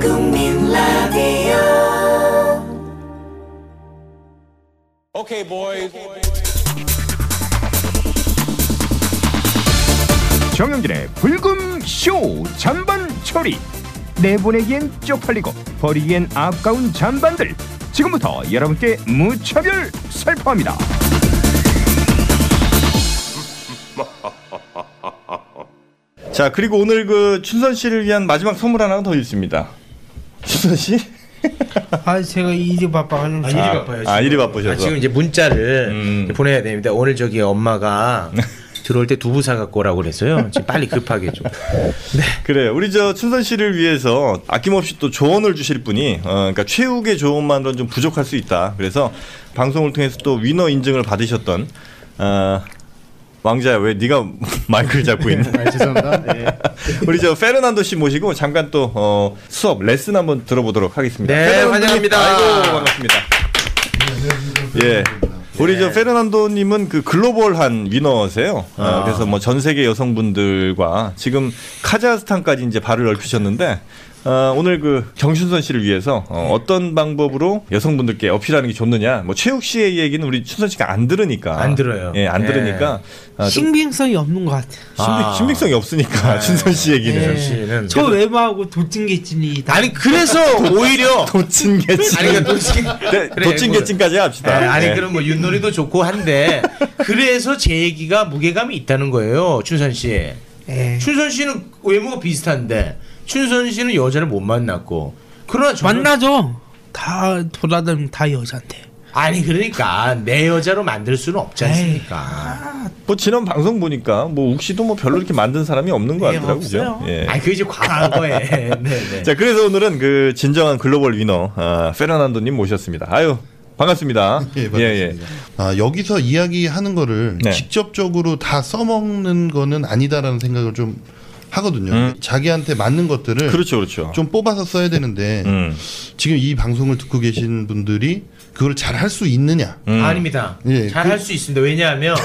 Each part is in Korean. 국민 라디오 Okay, boys. 정영진의 불금 쇼 잔반 처리 내보내기엔 쪽팔리고 버리기엔 아까운 잔반들 지금부터 여러분께 무차별 살포합니다. 자 그리고 오늘 그 춘선 씨를 위한 마지막 선물 하나 더 있습니다. 춘선 씨? 아 제가 일이 바빠가지고 아, 일이 아, 바빠요. 아, 일이 바쁘셔서. 아, 지금 이제 문자를 음. 이제 보내야 됩니다. 오늘 저기 엄마가 들어올 때 두부 사갖고 오라고 그랬어요. 지금 빨리 급하게 좀. 그래요. 우리 저 춘선 씨를 위해서 아낌없이 또 조언을 주실 분이 어, 그러니까 최욱의 조언만으로는 좀 부족할 수 있다. 그래서 방송을 통해서 또 위너 인증을 받으셨던 어, 왕자야 왜 네가 마이크를 잡고 있니? 아, 죄송합니다. 네. 예. 우리 저 페르난도 씨 모시고 잠깐 또 어, 수업 레슨 한번 들어보도록 하겠습니다. 네, 페르난도 환영합니다. 님, 아이고 반갑습니다. 예. 우리 저 페르난도님은 그 글로벌한 위너세요. 어, 아. 그래서 뭐 전 세계 여성분들과 지금 카자흐스탄까지 이제 발을 넓히셨는데 어, 오늘 그 정춘선 씨를 위해서 어, 떤 방법으로 여성분들께 어필하는 게 좋느냐. 뭐 최욱 씨의 얘기는 우리 춘선 씨가 안 들으니까 안 들어요. 예, 안 예. 들으니까 아, 좀 신빙성이 없는 것 같아. 신빙, 아. 신빙성이 없으니까 춘선 씨 얘기는. 예. 씨는 저 외모하고 도찐개찐이 다 아니 그래서 오히려 도친 개친. 아니 그러니까 도친 네, 도친 개친까지 네, 합시다. 아니 네. 그럼 뭐 윷놀이도 좋고 한데 그래서 제 얘기가 무게감이 있다는 거예요 춘선 씨. 예. 춘선 씨는 외모가 비슷한데 춘선 씨는 여자를 못 만났고 그러나 저는 만나죠. 다 돌아다니면 다 여잔데. 아니 그러니까 내 여자로 만들 수는 없지 에이. 않습니까? 뭐 지난 방송 보니까 뭐 욱씨도 뭐 별로 이렇게 만든 사람이 없는 것 네, 같더라고요. 없어요. 그죠? 예. 아니 그 이제 과거에 네네. 자 그래서 오늘은 그 진정한 글로벌 위너 아, 페르난도님 모셨습니다. 아유 반갑습니다. 예, 반갑습니다. 아, 여기서 이야기하는 거를 네. 직접적으로 다 써먹는 거는 아니다라는 생각을 좀 하거든요. 자기한테 맞는 것들을 그렇죠, 그렇죠. 좀 뽑아서 써야 되는데 음. 지금 이 방송을 듣고 계신 분들이 그걸 잘 할 수 있느냐? 음. 아닙니다. 예, 잘 그- 할 수 있습니다. 왜냐하면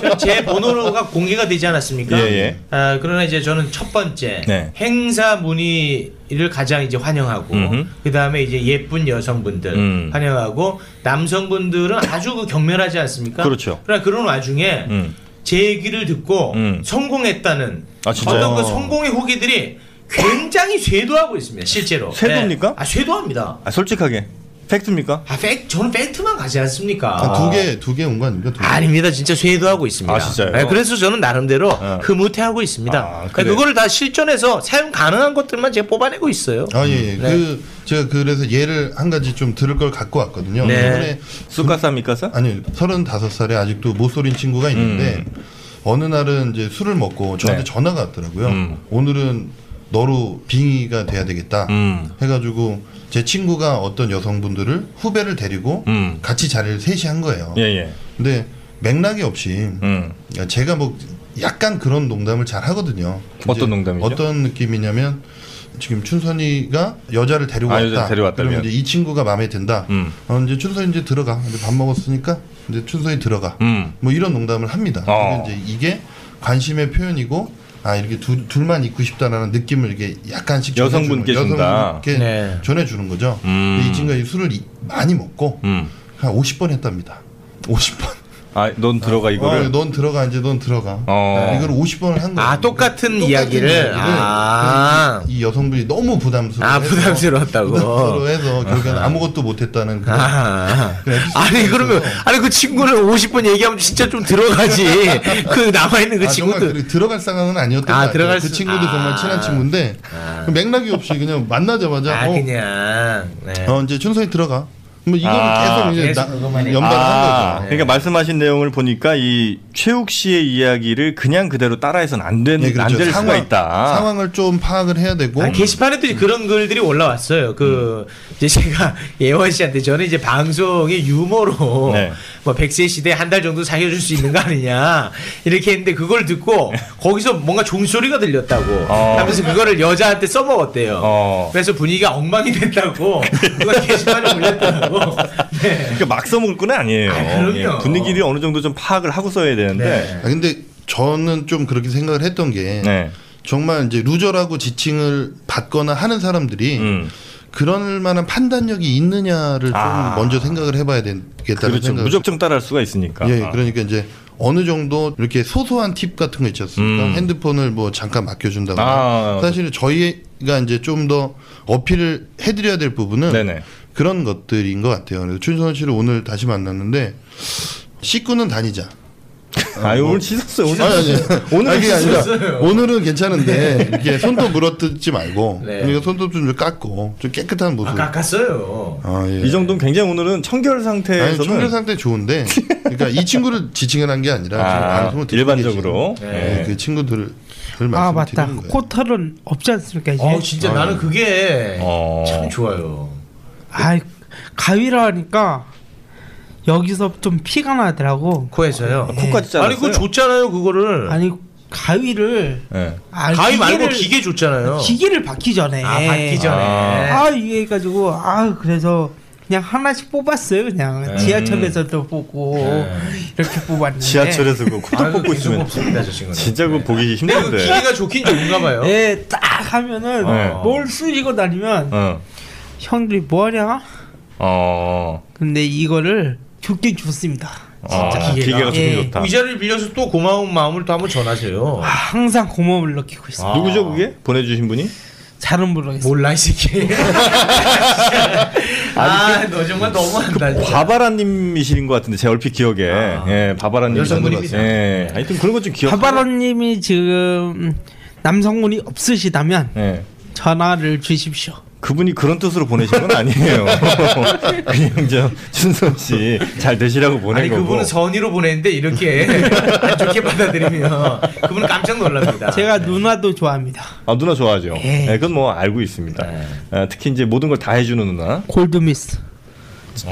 저제 번호가 공개가 되지 않았습니까? 예, 예. 아, 그러나 이제 저는 첫 번째 네. 행사 문의를 가장 이제 환영하고 음흠. 그 다음에 이제 예쁜 여성분들 음. 환영하고 남성분들은 아주 그 경멸하지 않습니까? 그렇죠. 그러나 그런 와중에 음. 제 얘기를 듣고 음. 성공했다는 아, 진짜요? 어떤 그 성공의 후기들이 굉장히 쇄도하고 있습니다. 실제로. 쇄도입니까? 네. 아 쇄도합니다. 아, 솔직하게 팩트입니까? 아, 팩, 저는 팩트만 가지 않습니까? 아, 두 개 두 개 온 거 아닙니까? 두 개. 아닙니다. 진짜 쇄도하고 있습니다. 아, 진짜요? 네, 그래서 저는 나름대로 흐뭇해하고 있습니다. 아, 그거를다 실전에서 사용 가능한 것들만 제가 뽑아내고 있어요. 아, 예, 예. 네. 그 제가 그래서 예를 한 가지 좀 들을 걸 갖고 왔거든요. 네. 이번에 쑥가사 미카사? 아니 35살에 아직도 못 소린 친구가 있는데 어느 날은 이제 술을 먹고 저한테 음. 네. 전화가 왔더라고요. 음. 오늘은 너로 빙의가 돼야 되겠다. 음. 해가지고 제 친구가 어떤 여성분들을 후배를 데리고 음. 같이 자리를 셋이 한 거예요. 예, 예. 근데 맥락이 없이 음. 그러니까 제가 뭐 약간 그런 농담을 잘 하거든요. 어떤 이제 농담이죠? 어떤 느낌이냐면 지금 춘선이가 여자를 데리고 아, 왔다. 여자를 데려왔다면. 그러면 이제 이 친구가 마음에 든다. 음. 어, 이제 춘선이 이제 들어가. 이제 밥 먹었으니까 이제 춘선이 들어가. 음. 뭐 이런 농담을 합니다. 어. 근데 이제 이게 관심의 표현이고 아 이렇게 두, 둘만 있고 싶다라는 느낌을 이렇게 약간씩 여성분께 전해주는 거예요. 준다. 여성분께 네. 전해주는 거죠. 음. 근데 이 친구가 이 술을 이- 많이 먹고 음. 한 50번 했답니다. 50번. 아, 넌 들어가 어, 이거를. 넌 들어가 이제 넌 들어가. 어. 이걸 50번을 한 거야. 아, 똑같은 이야기를? 아. 이, 이 여성분이 너무 부담스러워. 아, 부담스러웠다고. 부담스러워서 결국엔 아무것도 못했다는 그런. 아. 그 에피소드가 아니 그러면 있어서. 아니 그 친구를 50분 얘기하면 진짜 좀 들어가지 그 남아 있는 그 아, 정말 친구들 그- 들어갈 상황은 아니었던 아, 것 같아요. 들어갈 그 수- 친구도 정말 아. 친한 친구인데 그 맥락이 없이 그냥 만나자마자 아 어, 그냥 네. 어, 이제 춘선이 들어가. 뭐 이거는 아, 계속 이제 계속 나- 그것만 얘기- 연발을 아. 한 거죠. 예. 그러니까 말씀하신 내용을 보니까 이 최욱 씨의 이야기를 그냥 그대로 따라해서는 안 되는 네, 그렇죠. 안 될 수가 있다. 상황을 좀 파악을 해야 되고. 뭐? 아, 게시판에도 이제 그런 글들이 올라왔어요. 그 음. 이제 제가 예원 씨한테 저는 이제 방송의 유머로 네. 뭐 백세 시대 한 달 정도 사귀어줄 수 있는 거 아니냐 이렇게 했는데 그걸 듣고 거기서 뭔가 종소리가 들렸다고 어. 하면서 그거를 여자한테 써먹었대요. 어. 그래서 분위기가 엉망이 됐다고 그걸 게시판에 올렸다고. 네. 그러니까 막 써먹을 건 아니에요. 예, 아, 그럼요. 분위기를 어느 정도 좀 파악을 하고 써야 되는데. 네. 아, 근데 저는 좀 그렇게 생각을 했던 게 네. 정말 이제 루저라고 지칭을 받거나 하는 사람들이 음. 그럴 만한 판단력이 있느냐를 아. 좀 먼저 생각을 해봐야 되겠다는 그렇죠. 생각. 무조건 따라할 수가 있으니까. 예, 그러니까 이제 어느 정도 이렇게 소소한 팁 같은 거 있지 않습니까? 음. 핸드폰을 뭐 잠깐 맡겨준다거나. 아. 사실은 저희가 이제 좀 더 어필을 해드려야 될 부분은 네네. 그런 것들인 것 같아요. 그래서 춘선 씨를 오늘 다시 만났는데 씻고는 다니자. 아, 오늘 씻었어요. 오늘 아니, 아니. 오늘 아니, 그게 아니라 있었어요. 오늘은 괜찮은데 이렇게 손톱 물어뜯지 말고 네. 그러니까 손톱 좀 깎고 좀 깨끗한 모습. 아, 깎았어요. 아, 예. 이 정도면 굉장히 오늘은 청결 아니 상태에서는 청결 상태 좋은데 그러니까 이 친구를 지칭을 한 게 아니라 지금 아, 방송을 듣고 일반적으로. 계신, 예. 네, 그 친구들을 아 말씀을 맞다. 드리는 거예요. 코털은 없지 않습니까 이제? 어, 진짜 나는 그게 네. 아. 어. 참 좋아요. 아 가위라 하니까 여기서 좀 피가 나더라고. 코에서요. 네. 코까지 잘랐어요. 아니 그거 줬잖아요 그거를. 아니 가위를 예. 아, 가위 말고 기계를- 기계 줬잖아요. 기계를 받기 전에. 아 받기 전에. 네. 아. 아 이게 해가지고 아 그래서 그냥 하나씩 뽑았어요 그냥 지하철에서도 뽑고 이렇게 뽑았는데 지하철에서 네. 그 코도 아, 뽑고 있으면 없습니다 저 친구는. 진짜 그거 보기 뭐. 근데 그 힘든데. 기계가 좋긴 좋은가 봐요. 예딱 하면은 네. 뭘 쓰리고 다니면 어. 형들이 뭐하냐 어. 근데 이거를 좋긴 좋습니다 아, 기계가 예. 좀 좋다. 의자를 빌려서 또 고마운 마음을 또 한번 전하세요. 아, 항상 고마움을 느끼고 있습니다 아. 누구죠 그게 보내주신 분이? 잘은 모르겠어요 몰라 이 새끼. 그 아너 정말 너무한다. 진짜. 바바라님이신 것 같은데 제 얼핏 기억에 아. 예 바바라님 여성분입니다. 예 하여튼 그런 것 좀 기억. 바바로님이 지금 남성분이 없으시다면 예 전화를 주십시오 그분이 그런 뜻으로 보내신 건 아니에요. 그냥 저 준선 씨 잘 되시라고 보낸 아니 거고. 그분은 선의로 보냈는데 이렇게 안 좋게 받아들이면 그분은 깜짝 네. 놀랍니다. 제가 누나도 좋아합니다 아 누나 좋아하죠. 예. 네. 예, 그건 뭐 알고 있습니다. 아, 특히 이제 모든 걸 다 해주는 누나. 골드미스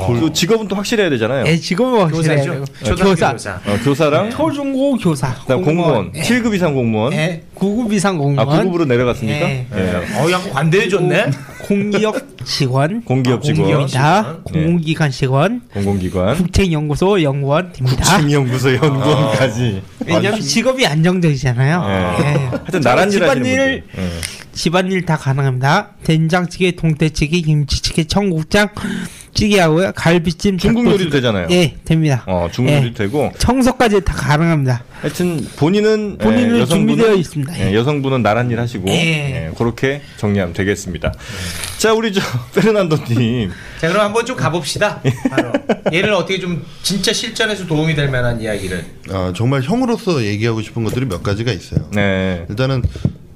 그 직업은 또 확실해야 되잖아요. 어. 예, 지금은 확실해요. 교사죠. 초등학교 교사. 교사. 어, 교사랑 초중고 교사. 그다음 공무원, 예. 7급 이상 공무원. 예. 9급 이상 공무원. 아 9급으로 내려갔습니까? 예. 예. 어 약간 관대해 줬네. 공기업 직원. 공기업 직원, 아, 공기업. 공기업입니다. 예. 공공기관 직원. 공공기관, 국책연구소 연구원입니다. 국책연구소 아, 연구원까지. 왜냐면 직업이 안정적이잖아요. 예. 예. 하여튼 나란히 하시는 집안일 분들. 예. 집안일 다 가능합니다. 된장찌개, 동태찌개, 김치찌개, 청국장 찌개하고요. 갈비찜, 중국 닭도수. 요리도 되잖아요. 예, 됩니다. 어, 중국 예. 요리 되고 청소까지 다 가능합니다. 하여튼 본인은 본인은 예, 여성분은- 준비되어 있습니다. 예, 여성분은 나란 일 하시고 예. 예, 그렇게 정리하면 되겠습니다. 자 우리 저 페르난도님 자 그럼 한번 좀 가봅시다. 바로. 얘를 어떻게 좀 진짜 실전에서 도움이 될 만한 이야기를. 아, 정말 형으로서 얘기하고 싶은 것들이 몇 가지가 있어요. 네. 일단은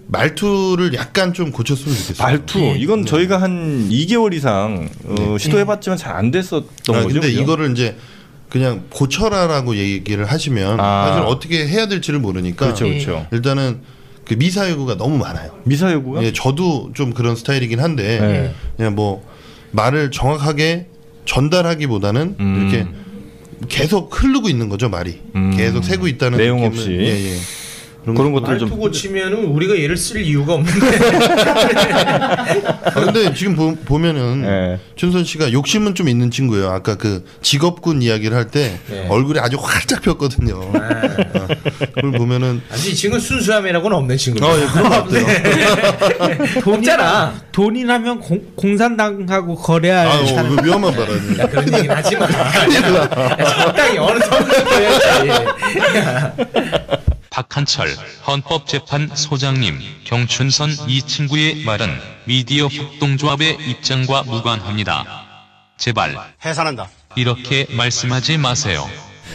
말투를 약간 좀 고쳤으면 좋겠어요. 말투 예. 네. 이건 저희가 한 2개월 이상 어, 시도해봤지만 잘 안 됐었던 아, 거죠. 근데 그죠? 이거를 이제 그냥 고쳐라라고 얘기를 하시면 아. 사실 어떻게 해야 될지를 모르니까 예. 그렇죠, 그렇죠. 일단은 그 미사 요구가 너무 많아요. 미사여구가 예, 저도 좀 그런 스타일이긴 한데 네. 그냥 뭐 말을 정확하게 전달하기보다는 음. 이렇게 계속 흐르고 있는 거죠 말이 음. 계속 새고 있다는 내용 느낌을- 없이. 예, 예. 그런 그런 것들 말투 좀 고치면은 우리가 얘를 쓸 이유가 없는데. 아, 근데 지금 보, 보면은 예. 춘선 씨가 욕심은 좀 있는 친구예요. 아까 그 직업군 이야기를 할 때 네. 얼굴이 아주 활짝 폈거든요. 어, 그걸 보면은 아직 이 친구는 순수함이라고는 없는 네. 친구죠. 어, 예, 그런 것 같아요. 없잖아. 돈이라면 공, 공산당하고 거래할 아, 사람. 어, 위험한 발언이. 야, 네, 그런 얘기는 하지 마. 야, 적당히 어느 정도 예. 박한철 헌법재판소장님 경춘선 이 친구의 말은 미디어 협동조합의 입장과 무관합니다. 제발 해산한다. 이렇게 말씀하지 마세요.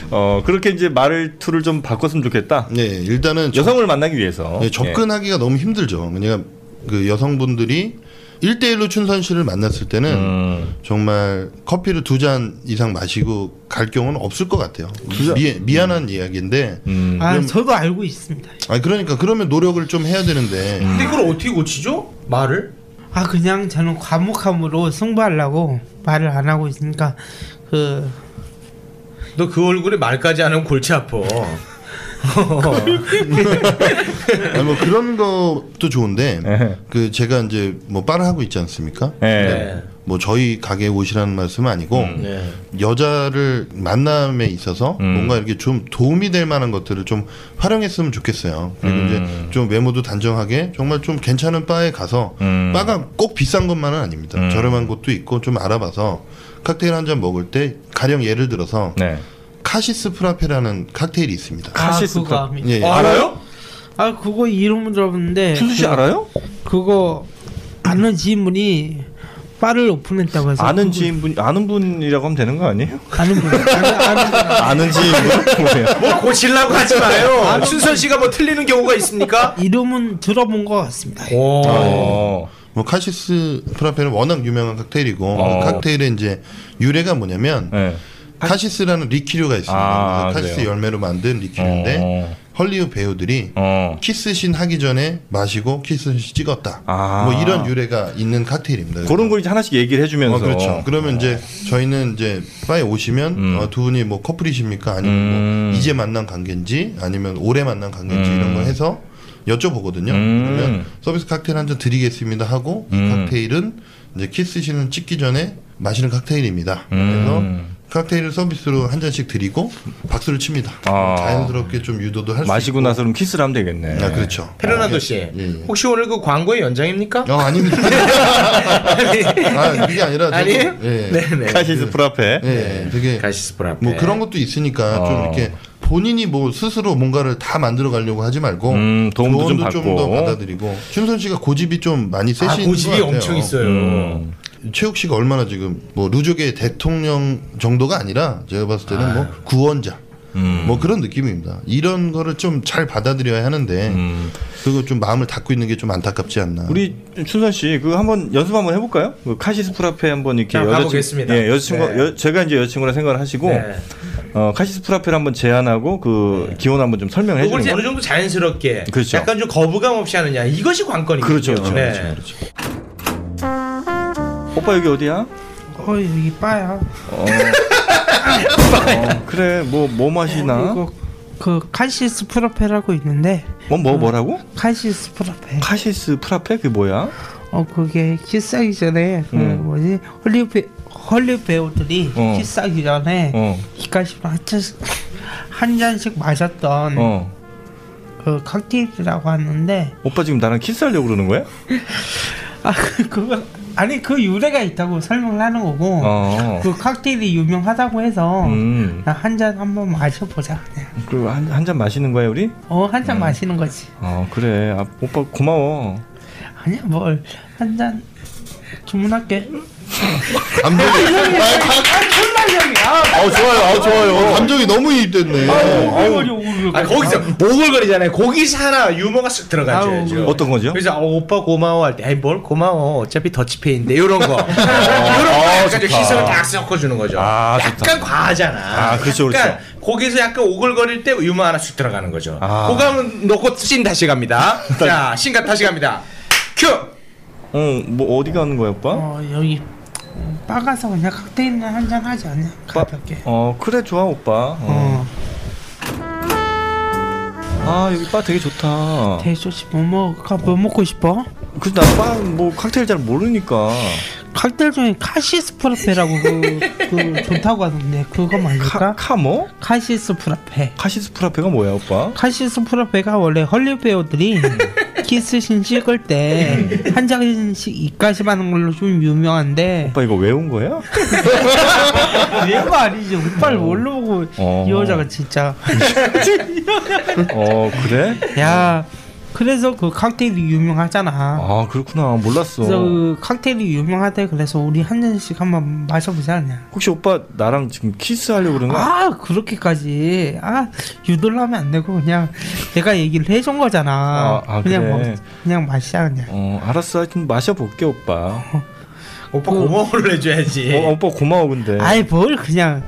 어, 그렇게 이제 말투를 좀 바꿨으면 좋겠다. 네, 일단은 저- 여성을 만나기 위해서 예, 접근하기가 너무 힘들죠. 그러니까 그 여성분들이 1대1로 춘선 씨를 만났을 때는 음. 정말 커피를 두 잔 이상 마시고 갈 경우는 없을 것 같아요. 미, 미안한 이야기인데. 음. 아, 저도 알고 있습니다. 아 그러니까 그러면 노력을 좀 해야 음. 되는데 근데 그걸 어떻게 고치죠? 말을? 아, 그냥 저는 과묵함으로 승부하려고 말을 안 하고 있으니까 그 너 그 얼굴에 말까지 안 하면 골치 아파. 아니 뭐 그런 것도 좋은데 예. 그 제가 이제 뭐 바를 하고 있지 않습니까? 예. 음. 네. 뭐 저희 가게 오시라는 말씀은 아니고 여자를 만남에 있어서 뭔가 이렇게 좀 도움이 될 만한 것들을 좀 활용했으면 좋겠어요. 그리고 음. 이제 좀 외모도 단정하게 정말 좀 괜찮은 바에 가서 음. 바가 꼭 비싼 것만은 아닙니다. 저렴한 곳도 있고 좀 알아봐서 칵테일 한 잔 먹을 때 가령 예를 들어서 네. 카시스 프라페라는 칵테일이 있습니다. 카시스 아, 그거 프라- 압니다. 예, 예. 알아요? 아 그거 이름 들어봤는데 춘수 씨 그- 알아요? 그거 아는 지인분이 바를 오픈했다고 해서 아는 그거- 지인분 아는 분이라고 하면 되는 거 아니에요? 아는 분 아는, 아는 분 아는 지인분 뭐예요? 뭐 고치려고 하지 아, 마요. 순선 씨가 뭐 틀리는 경우가 있습니까? 이름은 들어본 것 같습니다. 오. 어. 뭐 카시스 프라페는 워낙 유명한 칵테일이고 어. 그 칵테일의 이제 유래가 뭐냐면 네. 카시스라는 리키류가 있습니다. 아, 그래서 카시스 그래요? 열매로 만든 리키류인데 어. 헐리우드 배우들이 어. 키스신 하기 전에 마시고 키스신 찍었다. 아. 뭐 이런 유래가 있는 칵테일입니다. 그런 거 이제 하나씩 얘기를 해주면서. 네. 어, 네. 그렇죠. 그러면 이제 저희는 이제 바에 오시면 음. 어, 두 분이 뭐 커플이십니까? 아니면 음. 뭐 이제 만난 관계인지 아니면 오래 만난 관계인지 음. 이런 거 해서 여쭤보거든요. 음. 그러면 서비스 칵테일 한 잔 드리겠습니다 하고 이 음. 칵테일은 이제 키스신을 찍기 전에 마시는 칵테일입니다. 음. 그래서 칵테일을 서비스로 한 잔씩 드리고 박수를 칩니다. 아. 자연스럽게 좀 유도도 할 수 마시고 나서 그럼 키스를 하면 되겠네. 있고. 뭐 아, 그렇죠. 페르난도 씨, 예, 예. 혹시 오늘 그 광고의 연장입니까? 어, 아닙니다. 아, 그게 아니라. 저도- 아니에요? 예. 네네. 카시스 프라페. 예, 예. 되게 네. 가시스프라페. 뭐 그런 것도 있으니까 어. 좀 이렇게 본인이 뭐 스스로 뭔가를 다 만들어 가려고 하지 말고 음, 도움도 좀 받고. 좀 더 받아들이고 춘선 씨가 고집이 좀 많이 아 세신 고집이 것 같아요. 엄청 있어요. 음. 최욱 씨가 얼마나 지금 뭐 루족의 대통령 정도가 아니라 제가 봤을 때는 뭐 구원자 뭐 그런 느낌입니다. 이런 거를 좀 잘 받아들여야 하는데 그거 좀 마음을 닫고 있는 게 좀 안타깝지 않나. 우리 춘선 씨, 그 한번 연습 한번 해볼까요? 그 카시스 프라페 한번 이렇게 자, 여자친- 가보겠습니다. 예, 여자친구, 네. 여, 제가 이제 여자친구라 생각을 하시고 네. 어, 카시스 프라페를 한번 제안하고 그 기원 한번 좀 설명해 그걸 주는 이제 거. 어느 정도 자연스럽게 그렇죠. 약간 좀 거부감 없이 하느냐 이것이 관건이거든요. 그렇죠, 그렇죠, 네. 그렇죠, 그렇죠. 오빠 여기 어디야? 어 여기 바야. 어, 그래, 뭐 뭐 어, 마시나? 어, 이거 그 카시스 프라페라고 있는데 뭐 음. 뭐 뭐라고? 카시스 프라페. 카시스 프라페 그게 뭐야? 어 그게 키스하기 전에 그 음. 뭐지 헐리우드 헐리우드 배우들이 어. 키스하기 전에 어, 기가시로 한 잔씩 한 잔씩 마셨던 어. 그 칵테일이라고 하는데 오빠 지금 나랑 키스하려고 그러는 거야? 아 그- 그거 아니 그 유래가 있다고 설명을 하는 거고 어. 그 칵테일이 유명하다고 어. 해서 음. 한 잔 한번 마셔보자 그냥 그리고 한 한 잔 마시는 거야 우리? 어한 음. 잔 마시는 거지 어 그래 아, 오빠 고마워 아니야 뭘 한 잔 주문할게 감정이 그렇죠. 아우 어, 좋아요 아우 어, 좋아요 감정이 너무 이입됐네. 아 거기서 오글거리잖아요. 거기서 하나 유머가 쓱 아우, 들어가죠. 어떤 거죠? 그래서 어, 오빠 고마워 할 때, 아이 뭘 고마워. 어차피 더치페이인데 이런 거. 이런 거 아, 약간 좀 좋다. 희생을 딱 섞어주는 거죠. 아, 좋다. 약간 과하잖아. 아, 그렇죠, 약간 그렇죠. 거기서 약간 오글거릴 때 유머 하나 쑥 들어가는 거죠. 아. 호감은 놓고 씬 다시 갑니다. 자, 신가 다시 갑니다. 큐. 어뭐 어디 가는 거야 오빠? 어 여기 바 가서 그냥 칵테일이나 한 잔 하지 않냐 가볍게 어 그래 좋아 오빠 어. 어 아 여기 바 되게 좋다 대쇼 씨뭐 먹어 뭐 먹고 싶어 근데 나바뭐 칵테일 잘 모르니까 칵테일 중에 카시스 프라페라고 그, 그 좋다고 하던데 그거 카, 맞을까 카 뭐? 카시스 프라페 카시스 프라페가 뭐야 오빠? 카시스 프라페가 원래 헐리우드 배우들이 키스신 찍을 때 한 장씩 입가심 하는 걸로 좀 유명한데 오빠 이거 외운 거야? 얘거 아니지 예? 오빠를 모르고 어. 이 여자가 진짜 어 그래? 야 그래서 그 칵테일이 유명하잖아 아 그렇구나 몰랐어 그래서 그 칵테일이 유명하대 그래서 우리 한 잔씩 한번 마셔보자 그냥 혹시 오빠 나랑 지금 키스하려고 그러는 거야? 아 그렇게까지 아 유도를 하면 안 되고 그냥 내가 얘기를 해준 아, 거잖아 아, 그냥 그래. 먹- 그냥 마시자 그냥 어 알았어 하여튼 마셔볼게 오빠 오빠 고마워를 해줘야지. 어, 오빠 고마워 네. 근데 예. 아이 뭘 그냥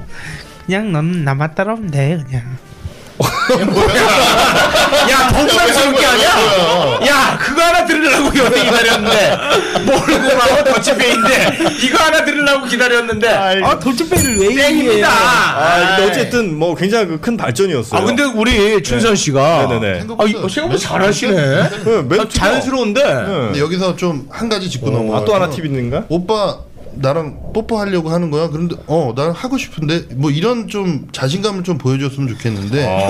그냥 넌 나만 따라오면 돼 그냥 야, 동남스러운 게 아니야? 야, 그거 하나 들으려고 여기 기다렸는데. 모르고 막 더치페이인데. 이거 하나 들으려고 기다렸는데. 아 도치페이를 왜 얘기해 땡입니다. 아, 근데 어쨌든 뭐 굉장히 그큰 발전이었어요. 네. 아, 근데 우리 춘선 씨가. 네네네. 아, 이거 생각보다 잘하시네. 네, 아, 멘트가- 자연스러운데. 네. 근데 여기서 좀 한 가지 짚고 넘어. 아, 또 하나 팁 있는가? 오빠 나랑 뽀뽀하려고 하는 거야. 그런데 어, 난 하고 싶은데 뭐 이런 좀 자신감을 좀 보여줬으면 좋겠는데. 야,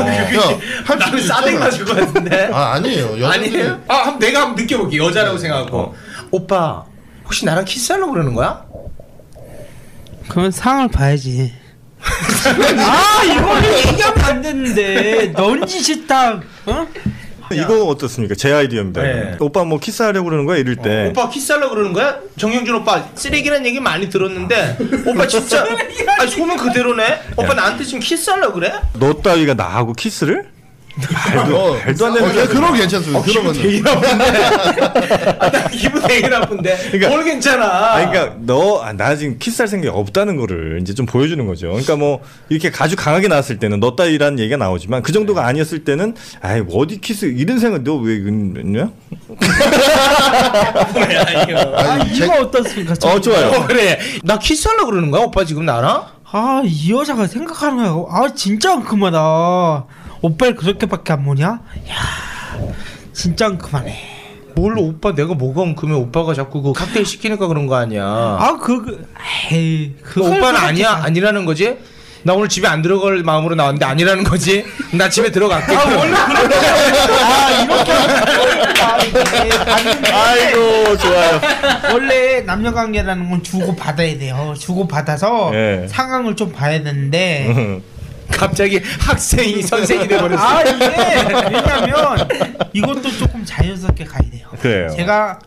할수 나는 싸댄 가질 것 같은데. 아 아니에요. 아니에요? 아, 한번 내가 한번 느껴볼게. 여자라고 생각하고. 오빠, 혹시 나랑 키스하려고 그러는 거야? 그건 상황을 봐야지. 아 이거는 얘기하면 안 되는데 넌지 싫다. 어? 이거 어떻습니까? 제 아이디어입니다. 네. 어, 오빠 뭐 키스하려고 그러는 거야 이럴 때. 오빠 키스하려고 그러는 거야? 정영준 오빠 쓰레기란 얘기 많이 들었는데 오빠 진짜 아 소문 그대로네. 오빠 나한테 지금 키스하려고 그래? 너 따위가 나하고 키스를? 어, 말도 안 되는 어, 예, 그런 거 괜찮습니다. 그런 건 되게 나쁜데. 아, 나 기분 되게 나쁜데. 그러니까- 뭘 괜찮아? 아, 그러니까 너, 아, 나 지금 키스할 생각이 없다는 거를 이제 좀 보여주는 거죠. 그러니까 뭐 이렇게 아주 강하게 나왔을 때는 너 따위라는 얘기가 나오지만 그 네. 정도가 아니었을 때는 아이 뭐 어디 키스 이런 생각 너왜 있냐? 뭐야 이거. 아 아니, 제- 이거 어떻습니까? 어 좋아요. 어, 그래. 나 키스하려고 그러는 거야? 오빠 지금 나랑? 아 이 여자가 생각하는 거야. 아 진짜 그만아. 오빠를 그렇게밖에 안 보냐? 야 진짜 그만해. 뭘 오빠 내가 뭐가 엉큼해 오빠가 자꾸 그 칵테일 시키니까 그런 거 아니야. 아그 그, 에이 그 그 오빠는 아니야 아니라는 거지? 나 오늘 집에 안 들어갈 마음으로 나왔는데 아니라는 거지? 나 집에 들어갈게. 아 원래 아 이렇게 하면 아이고 좋아요. 원래 남녀 관계라는 건 주고 받아야 돼요. 주고 받아서 예. 음. 상황을 좀 봐야 되는데 갑자기 학생이 선생이 돼버렸어. 아 이게 왜냐면 이것도 조금 자연스럽게 가야 돼요. 그래요. 음. 제가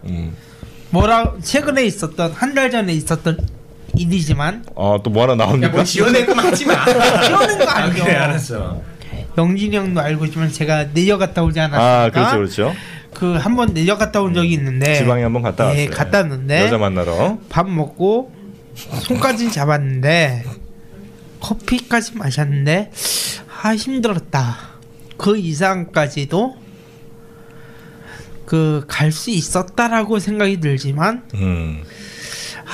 뭐라 최근에 있었던 한 달 전에 있었던 일이지만 어, 아또뭐 하나 나옵니까? 야뭐 지어내고 하지 마. 지어낸 거 아, 아니죠. 그래 알았어. 영진이 형도 알고 있지만 제가 내려갔다 오지 않았습니까? 아 그렇죠 그렇죠. 그 한 번 내려갔다 온 적이 있는데 음, 지방에 한번 갔다 왔어요. 예, 갔다 왔는데 여자 만나러. 밥 먹고 손까지 잡았는데 커피까지 마셨는데 아 힘들었다 그 이상까지도 그 갈 수 있었다라고 생각이 들지만 음.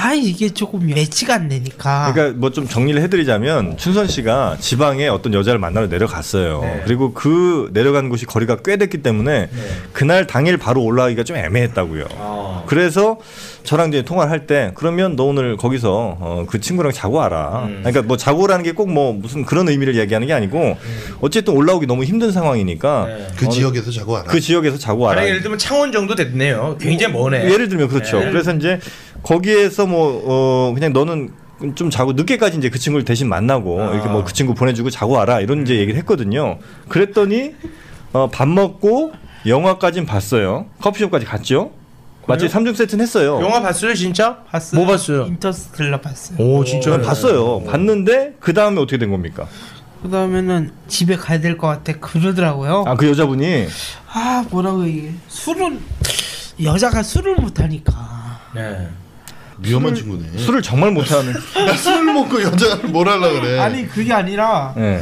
아 이게 조금 매치가 안 되니까 그러니까 뭐 좀 정리를 해드리자면 춘선 씨가 지방에 어떤 여자를 만나러 내려갔어요. 네. 그리고 그 내려간 곳이 거리가 꽤 됐기 때문에 그날 당일 바로 올라가기가 좀 애매했다고요. 어. 그래서 저랑 이제 통화를 할 때 그러면 너 오늘 거기서 어, 그 친구랑 자고 와라. 음. 그러니까 뭐 자고라는 게 꼭 뭐 무슨 그런 의미를 얘기하는 게 아니고 음. 어쨌든 올라오기 너무 힘든 상황이니까 네. 어, 그 지역에서 자고 안 그 지역에서 자고 와라. 뭐, 만약 예를 들면 창원 정도 됐네요. 굉장히 머네. 예를 들면 그렇죠. 그래서 이제 거기에서 뭐 어, 그냥 너는 좀 자고 늦게까지 이제 그 친구를 대신 만나고 아. 이렇게 뭐 그 친구 보내주고 자고 와라 이런 음. 이제 얘기를 했거든요. 그랬더니 어, 밥 먹고 영화까진 봤어요. 커피숍까지 갔죠. 마치 삼중 세트는 했어요. 영화 봤어요 진짜? 봤어요. 뭐 봤어요? 인터스텔라 봤어요 오 네. 진짜 저는 네, 봤어요. 봤는데 그 다음에 어떻게 된 겁니까? 그 다음에는 집에 가야 될 것 같아 그러더라고요 아 그 여자분이 아 뭐라고 이게 술은 여자가 술을 못하니까 네. 위험한 친구네. 술을 정말 못하는. 야, 술을 먹고 여자를 뭘 하려 네. 그래? 아니 그게 아니라 예.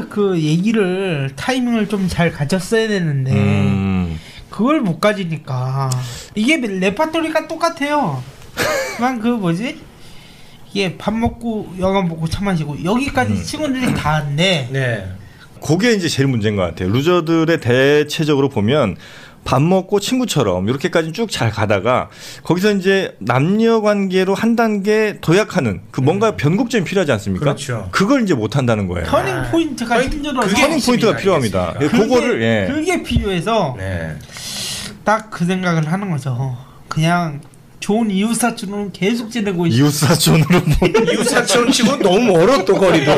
아 그 얘기를 타이밍을 좀 잘 가졌어야 되는데 음. 그걸 못 가지니까 이게 레파토리가 똑같아요. 그냥 그 뭐지? 이게 밥 먹고 영화 보고 차 마시고 여기까지 음. 친구들이 다 왔네. 네. 그게 이제 제일 문제인 것 같아요. 루저들의 대체적으로 보면 밥 먹고 친구처럼 이렇게까지 쭉 잘 가다가 거기서 이제 남녀 관계로 한 단계 도약하는 그 뭔가 변곡점이 필요하지 않습니까? 음. 그렇죠. 그걸 이제 못 한다는 거예요. 터닝 포인트가 아니, 힘들어서 그게 터닝 포인트가 핵심이다, 필요합니다. 예, 그게- 그거를 예. 그게 필요해서 네. 딱 그 생각을 하는 거죠. 어, 그냥 좋은 이웃 사촌은 계속 지내고 있어. 이웃 사촌으로 뭐- 이웃 사촌 치고 너무 멀어 또 거리도.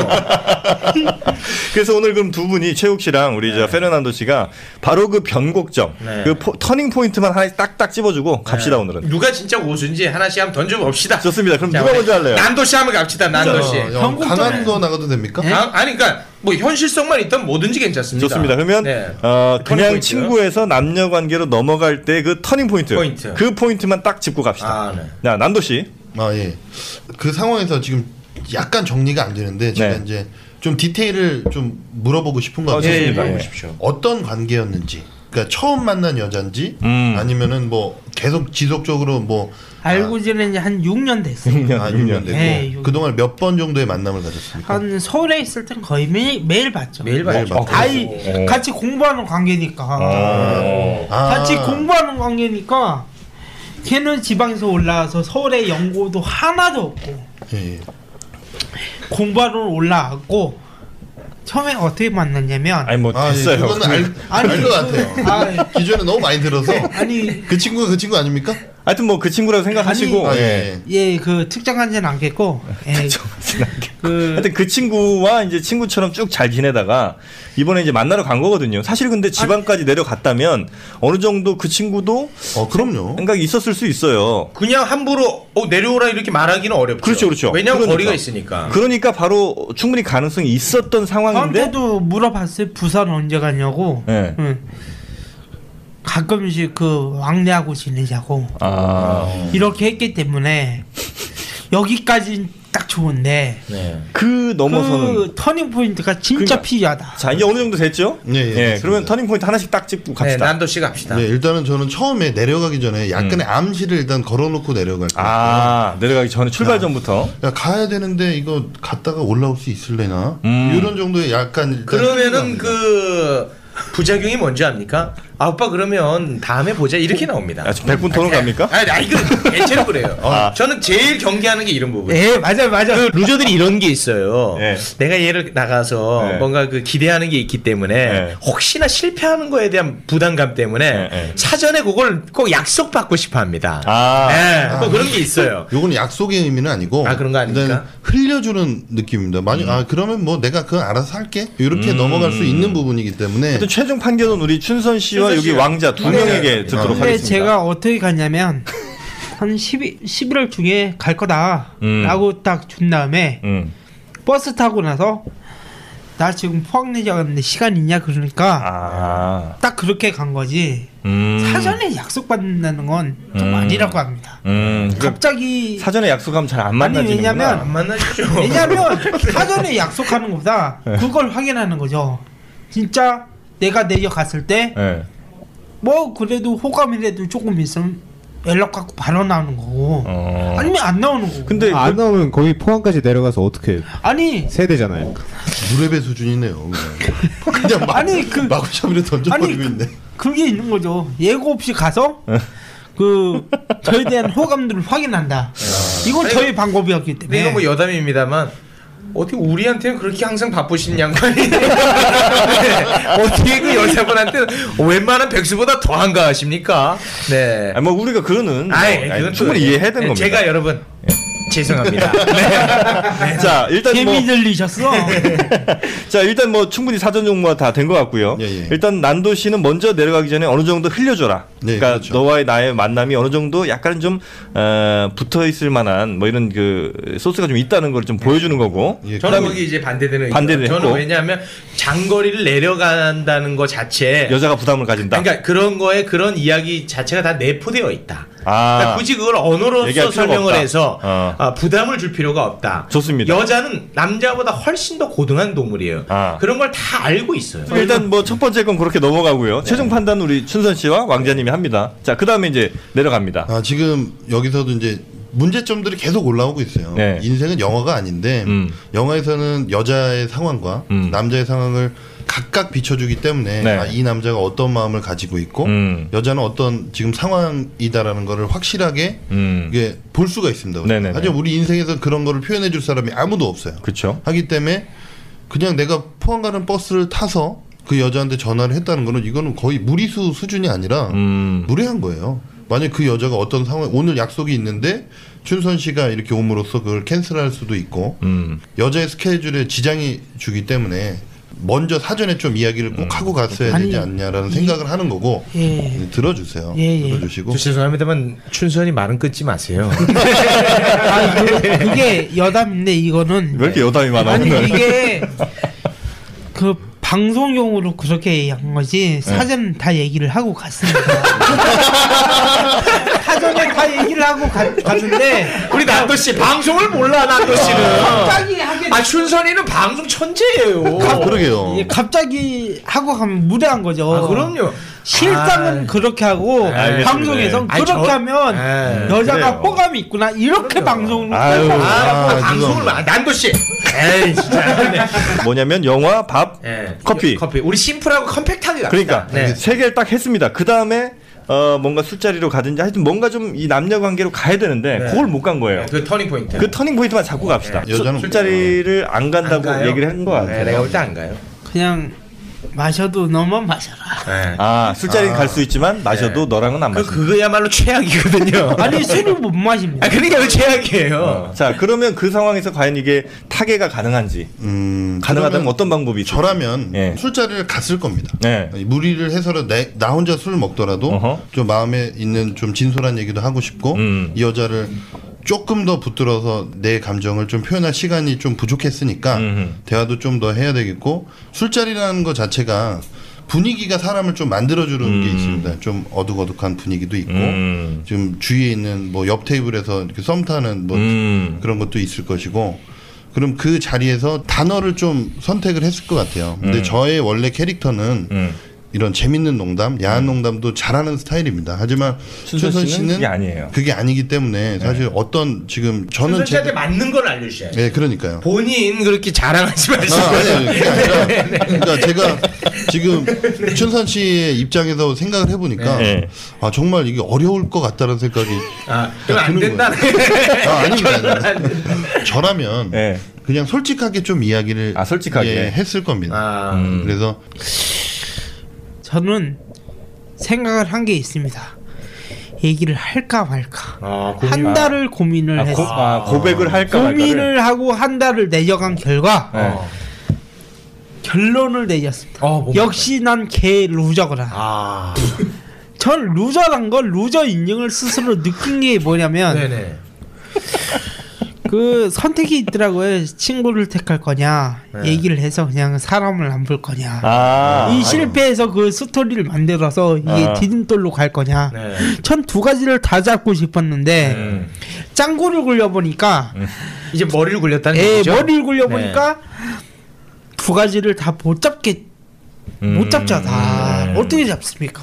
그래서 오늘 그럼 두 분이 최욱 씨랑 우리 저 페르난도 씨가 바로 그 변곡점, 네. 그 포- 터닝 포인트만 하나 딱딱 찝어주고 갑시다 오늘은. 누가 진짜 고수인지 하나씩 한번 던져봅시다. 좋습니다. 그럼 자, 누가 우리 먼저 할래요? 난도 씨 한번 갑시다. 난도 씨. 어, 야, 한국 강한 전에- 거 나가도 됩니까? 아, 아니 그러니까 뭐 현실성만 있던 뭐든지 괜찮습니다. 좋습니다. 그러면 네. 어, 터닝 그냥 포인트. 친구에서 남녀 관계로 넘어갈 때 그 터닝 포인트, 포인트. 그 포인트만 딱 짚고 갑시다. 아, 네. 자 난도 씨, 아 예. 그 상황에서 지금 약간 정리가 안 되는데 제가 네. 이제 좀 디테일을 좀 물어보고 싶은 것 어, 같아요. 좋습니다. 예. 어떤 관계였는지. 그러니까 처음 만난 여잔지 아니면은 뭐 계속 지속적으로 뭐 알고 지낸 지 한 6년 됐어요. 6년, 아, 6년 6년. 됐고 예, 육- 그동안 몇 번 정도의 만남을 가졌습니까? 한 서울에 있을 땐 거의 매일 매일 봤죠. 매일 매일 봐요. 봐요. 아이 같이 공부하는 관계니까. 어. 아, 같이 공부하는 관계니까 걔는 지방에서 올라와서 서울에 연고도 하나도 없고 예, 예. 공부하러 올라왔고 처음에 어떻게 만났냐면 아니 뭐 아, 예, 됐어요. 그건 알, 아니, 알것 같아요. 그- 아, 기존에 너무 많이 들어서 네. 아니 그 친구가 그 친구 아닙니까? 하여튼 뭐 그 친구라고 생각하시고 아, 예. 예. 예 그 특정한지는 않겠고 예, 그 하여튼 그 친구와 이제 친구처럼 쭉 잘 지내다가 이번에 이제 만나러 간 거거든요. 사실 근데 지방까지 내려갔다면 어느 정도 그 친구도 어, 그럼요. 생각이 있었을 수 있어요. 그냥 함부로 어, 내려오라 이렇게 말하기는 어렵죠. 그렇죠, 그렇죠. 왜냐면 그러니까. 거리가 있으니까. 그러니까 바로 충분히 가능성이 있었던 상황인데 저한테도 물어봤어요 부산 언제 가냐고 예. 응. 가끔씩 그 왕래하고 지내자고 아. 이렇게 했기 때문에 여기까지 딱 좋은데 네. 그 넘어서는 그 터닝 포인트가 진짜 그러니까- 필요하다. 자, 이제 어느 정도 됐죠? 예, 예, 됐습니다. 그러면 터닝 포인트 하나씩 딱 찍고 네, 갑시다. 난도 씨 갑시다. 네, 일단은 저는 처음에 내려가기 전에 약간의 암시를 일단 걸어놓고 내려갈 거예요. 아, 내려가기 전에 출발 전부터. 야, 가야 되는데 이거 갔다가 올라올 수 있을래나? 이런 정도의 약간 일단 그러면은 그 부작용이 뭔지 압니까? 아 오빠 그러면 다음에 보자 이렇게 나옵니다. 아, 지금 100분 토론 갑니까? 아, 아 이거 대체로 그래요. 아. 어, 저는 제일 경계하는 게 이런 부분. 예 맞아 맞아. 그 루저들이 이런 게 있어요. 예. 내가 얘를 나가서 예. 뭔가 그 기대하는 게 있기 때문에 예. 혹시나 실패하는 거에 대한 부담감 때문에 예, 예. 사전에 그걸 꼭 약속 받고 싶어 합니다. 아. 예, 뭐 그런 게 있어요. 요건 약속의 의미는 아니고 아, 그런 거 아닙니까? 일단 흘려주는 느낌입니다. 만약 아 그러면 뭐 내가 그건 알아서 할게 이렇게 넘어갈 수 있는 부분이기 때문에 하여튼 최종 판결은 우리 춘선 씨와 춘선 여기 씨요. 왕자 두 네. 명에게 듣도록 근데 하겠습니다. 제가 어떻게 갔냐면 한 12, 11월 중에 갈 음. 거다라고 딱 준 다음에 음. 버스 타고 나서 나 지금 포항내자 갔는데 시간 있냐 그러니까 아. 딱 그렇게 간 거지 음. 사전에 약속 받는다는 건 좀 음. 아니라고 합니다. 음. 그러니까 갑자기 사전에 약속하면 잘 안 만나지는구나. 네. 왜냐면- 안 만나시죠. 왜냐면 사전에 약속하는 것보다 그걸 확인하는 거죠. 진짜 내가 내려갔을 예. 때 뭐 그래도 호감이라도 조금 있으면 연락 갖고 바로 나오는 거고 어. 아니면 안 나오는 거고 근데 안 나오면 거기 포항까지 내려가서 어떻게 해요? 아니 세대잖아요. 무례배 수준이네요. 그냥, 그냥 막, 아니, 그- 마구잡이로 던져버리고 아니, 그- 있네. 그게 있는 거죠. 예고 없이 가서 네. 그 저에 대한 호감들을 확인한다. 아. 이건 저희 방법이었기 근데 때문에 네. 이건 뭐 여담입니다만 어떻게 우리한테는 그렇게 항상 바쁘신 양반이 네. 어떻게 그 여자분한테 웬만한 백수보다 더 한가하십니까? 네. 아니, 뭐 우리가 그거는 아이, 예, 뭐, 아니, 그건 또- 충분히 이해해야 되는 네, 겁니다. 예. 네, 제가 여러분 죄송합니다. 자, 일단 뭐 재미 들리셨어? 네. 자 일단 뭐 충분히 사전 정보가 다 된 것 같고요. 예, 예. 일단 난도 씨는 먼저 내려가기 전에 어느 정도 흘려줘라. 네, 그러니까 그렇죠. 너와의 나의 만남이 어느 정도 약간 좀 어, 붙어 있을 만한 뭐 이런 그 소스가 좀 있다는 걸 좀 보여주는 거고. 예, 저는 그다음에- 거기 이제 반대되는 의견. 반대를 저는 했고. 왜냐하면 장거리를 내려간다는 거 자체 여자가 부담을 가진다. 그러니까 그런 거에 그런 이야기 자체가 다 내포되어 있다. 아. 그러니까 굳이 그걸 얘기할 언어로서 필요가 설명을 없다. 해서 어. 아, 부담을 줄 필요가 없다. 좋습니다. 여자는 남자보다 훨씬 더 고등한 동물이에요. 아. 그런 걸 다 알고 있어요. 일단 뭐 첫 번째 건 그렇게 넘어가고요. 최종 판단 우리 춘선 씨와 왕자님이 합니다. 자 그다음에 이제 내려갑니다. 아 지금 여기서도 이제 문제점들이 계속 올라오고 있어요. 네. 인생은 영화가 아닌데 음. 영화에서는 여자의 상황과 음. 남자의 상황을 각각 비춰주기 때문에 네. 아, 이 남자가 어떤 마음을 가지고 있고 음. 여자는 어떤 지금 상황이다라는 거를 확실하게 음. 이게 볼 수가 있습니다. 네네네. 하지만 우리 인생에서 그런 거를 표현해 줄 사람이 아무도 없어요. 그렇죠. 하기 때문에 그냥 내가 포항 가는 버스를 타서 그 여자한테 전화를 했다는 거는 이거는 거의 무리수 수준이 아니라 음. 무례한 거예요. 만약 그 여자가 어떤 상황 오늘 약속이 있는데 춘선 씨가 이렇게 옴으로써 그걸 캔슬할 수도 있고 음. 여자의 스케줄에 지장이 주기 때문에 먼저 사전에 좀 이야기를 음. 꼭 하고 갔어야 아니, 되지 않냐라는 생각을 하는 거고 네, 예. 들어주세요. 예, 예. 들어주시고 저 죄송합니다만 춘선이 말은 끊지 마세요. 아, 그, 그게 여담인데 이거는 왜 이렇게 여담이 많아 아니 오늘? 이게 그 방송용으로 그렇게 얘기한 네. 거지 사전 다 얘기를 하고 갔습니다. 사전에 다 얘기를 하고 가- 네. 갔는데 우리 난도 씨 방송을 몰라 난도 씨는. 갑자기 하게 아 춘선이는 방송 천재예요. 그러게요. 어, 이게 갑자기 하고 가면 무례한 거죠. 아, 그럼요. 실상은 아. 그렇게 하고 알겠습니다. 방송에선 아니, 그렇게 저- 하면 네, 여자가 그래요. 호감이 있구나 이렇게 방송을 아유. 끌고 아, 가요. 아, 방송을 죄송합니다. 마- 난도 씨. 네. 에이 진짜. 뭐냐면 영화, 밥, 예. 커피. 커피. 우리 심플하고 컴팩트하게 갑시다. 그러니까 네. 세 개를 딱 했습니다. 그 다음에 어, 뭔가 술자리로 가든지 하여튼 뭔가 좀 이 남녀 관계로 가야 되는데 네. 그걸 못 간 거예요. 그 터닝 포인트. 그 터닝 포인트만 잡고 갑시다. 네. 여자는 술- 술자리를 안 간다고 안 가요? 얘기를 한 거 같아요. 네, 내가 볼 때 안 가요. 그냥 마셔도 너만 마셔라. 네. 아 술자리는 갈 수 있지만 마셔도 너랑은 안 그 마신다. 그거야말로 최악이거든요. 아니 술을 못 마십니다. 아, 그러니까 그 최악이에요. 자 그러면 그 상황에서 과연 이게 타개가 가능한지 음, 가능하다면 그러면 어떤 방법이 있을까요? 저라면 예. 술자리를 갔을 겁니다. 네. 무리를 해서라도 내- 나 혼자 술 먹더라도 어허. 좀 마음에 있는 좀 진솔한 얘기도 하고 싶고 음. 이 여자를 조금 더 붙들어서 내 감정을 좀 표현할 시간이 좀 부족했으니까 음흠. 대화도 좀 더 해야 되겠고 술자리라는 것 자체가 분위기가 사람을 좀 만들어주는 게 있습니다. 좀 어둑어둑한 분위기도 있고 음. 지금 주위에 있는 뭐 옆 테이블에서 이렇게 썸 타는 뭐 음. 그런 것도 있을 것이고 그럼 그 자리에서 단어를 좀 선택을 했을 것 같아요. 근데 저의 원래 캐릭터는 음. 이런 재밌는 농담, 야한 농담도 잘하는 스타일입니다. 하지만 춘선 춘선 씨는 씨는 그게 아니에요. 네. 그게 아니기 때문에 사실 어떤 지금 저는 씨한테 제 맞는 걸 알려주셔야 돼요. 네, 그러니까요. 본인 그렇게 자랑하지 마시고. 아, 어. 아니, 그게 아니라 네, 그러니까 제가 지금 춘선 씨의 입장에서 생각을 해보니까 네. 아 정말 이게 어려울 것 같다는 생각이 아, 그럼 안 그런 된다. 아, 아닙니다. 아닙니다. 안 된다. 저라면 예. 그냥 솔직하게 좀 이야기를 아, 솔직하게. 음. 예, 했을 겁니다. 아, 그래서 저는 생각을 한 게 있습니다. 얘기를 할까 말까. 아, 한 달을 고민을 아, 고, 했어. 아, 고백을 그, 할까 말까를. 고민을 하고 한 달을 내려간 결과 예. 결론을 내렸습니다. 어, 뭐 역시 난 개 루저구나. 아, 전 루저란 걸 루저 인증을 스스로 느낀 게 뭐냐면 네네. 그 선택이 있더라고요. 친구를 택할 거냐, 네. 얘기를 해서 그냥 사람을 안 볼 거냐. 아. 이 실패에서 그 스토리를 만들어서 이게 아. 디딤돌로 갈 거냐. 네. 전 두 가지를 다 잡고 싶었는데 음. 짱구를 굴려보니까 이제 예, 머리를 굴렸다는 에 거죠? 머리를 굴려보니까 두 가지를 다 못 잡게 못 잡죠 다 어떻게 잡습니까?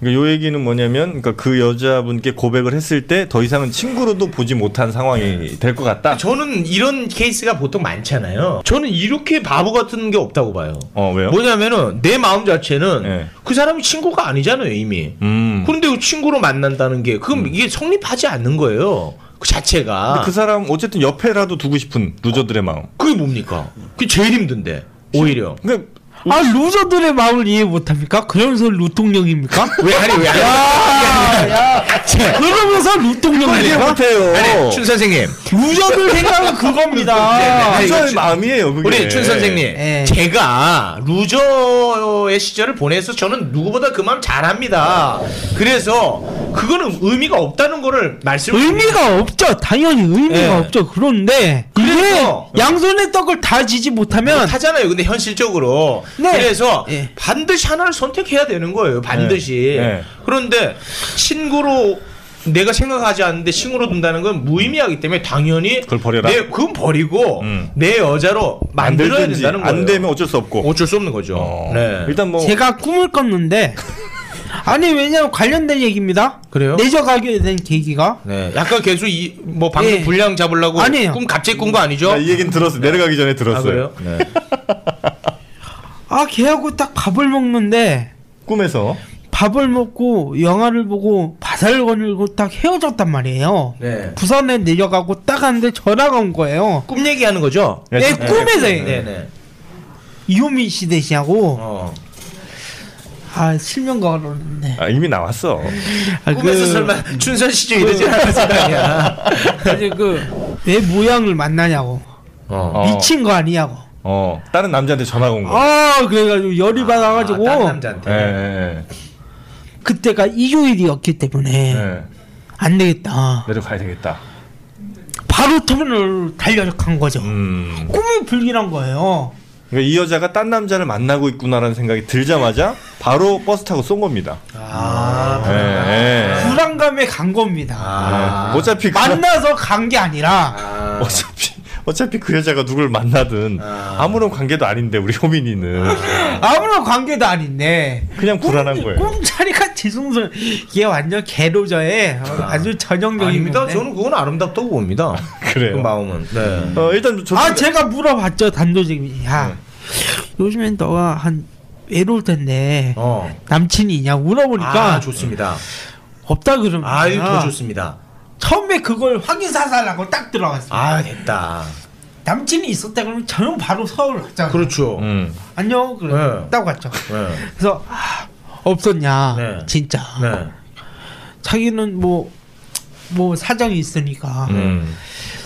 그러니까 요 얘기는 뭐냐면 그러니까 그 여자분께 고백을 했을 때 더 이상은 친구로도 보지 못한 상황이 될 것 같다. 저는 이런 케이스가 보통 많잖아요. 저는 이렇게 바보 같은 게 없다고 봐요. 어 왜요? 뭐냐면은 내 마음 자체는 예. 그 사람이 친구가 아니잖아요 이미. 음. 그런데 그 친구로 만난다는 게 그럼 이게 성립하지 않는 거예요. 그 자체가. 근데 그 사람 어쨌든 옆에라도 두고 싶은 루저들의 마음. 그게 뭡니까? 그게 제일 힘든데 오히려. 그러니까 아 루저들의 마음을 이해 못합니까? 그러면서 루통령입니까? 왜 아니 왜 아니? 그러면서 루통령입니까? 못해요. 뭐, 아니 춘 선생님. 네, 루저들 생각은 그겁니다. 아니, 루저의 춘- 마음이에요. 그게. 우리 춘 선생님, 예. 제가 루저의 시절을 보내서 저는 누구보다 그 마음 잘합니다. 그래서 그거는 의미가 없다는 거를 말씀을 의미가 없죠. 당연히 의미가 예. 없죠. 그런데 이게 그래서- 양손의 떡을 다 지지 못하면 하잖아요. 근데 현실적으로 네. 그래서 예. 반드시 하나를 선택해야 되는 거예요. 반드시. 네. 네. 그런데 친구로 내가 생각하지 않는데 친구로 둔다는 건 무의미하기 때문에 당연히 그걸 버려라. 내, 그건 버리고 음. 내 여자로 만들어야 만들든지 된다는 거예요. 안 되면 어쩔 수 없고. 어쩔 수 없는 거죠. 어. 네. 일단 뭐 제가 꿈을 꿨는데 아니 왜냐면 관련된 얘기입니다. 그래요? 내져가게 된 계기가 네. 약간 계속 이 뭐 방금 예. 분량 잡으려고 아니에요. 꿈 갑자기 꾼 거 아니죠? 나이 얘기는 들었어. 내려가기 전에 아 들었어요. 그래요? 아 걔하고 딱 밥을 먹는데 꿈에서 밥을 먹고 영화를 보고 바다를 거닐고 딱 헤어졌단 말이에요. 네. 부산에 내려가고 딱 갔는데 전화가 온 거예요. 꿈 얘기하는 거죠? 네, 내 네, 꿈에서 네, 네. 이유미 씨 대시하고 어. 아 실명 걸었는데 아, 이미 나왔어. 아, 네. 꿈에서 그- 설마 춘선 씨중 이러지 않았을 거 음. 그 아니야. 아니 그내 모양을 만나냐고 어. 어. 미친 거 아니냐고 어. 다른 남자한테 전화가 온 거. 아 그래가지고 열이 받아가지고 아, 다른 예, 남자한테. 예, 그때가 일요일이었기 때문에 예. 네. 예. 안 되겠다 내려가야 되겠다. 바로 터미널 달려간 거죠 음. 꿈이 불길한 거예요 그러니까 이 여자가 딴 남자를 만나고 있구나라는 생각이 들자마자 바로 버스 타고 쏜 겁니다. 아, 예, 예. 불안감에 간 겁니다 네. 아. 예. 어차피 그, 만나서 간 게 아니라 아. 어차피 어차피 그 여자가 누굴 만나든 아. 아무런 관계도 아닌데 우리 호민이는 아무런 관계도 아닌데 그냥 불안한 거예요. 꿈자리가 지승선 이게 완전 개로저의 아주 전형적인 아닙니다. 건데. 저는 그건 아름답다고 봅니다. 그래요. 그 마음은. 네. 어, 일단 저도 아 제가 물어봤죠 단도직입야 요즘엔 너가 한 외로울 텐데 어. 남친이 있냐 물어보니까 아, 좋습니다. 없다 그러면 아유, 더 좋습니다. 처음에 그걸 확인 사살하고 딱 들어갔어요. 아, 됐다. 남친이 있었다 그러면 저는 바로 서울 갔잖아요. 그렇죠. 음. 안녕 네. 그래 따고 갔죠. 네. 그래서 아, 없었냐 네. 진짜 네. 자기는 뭐 뭐 사정이 있으니까 음.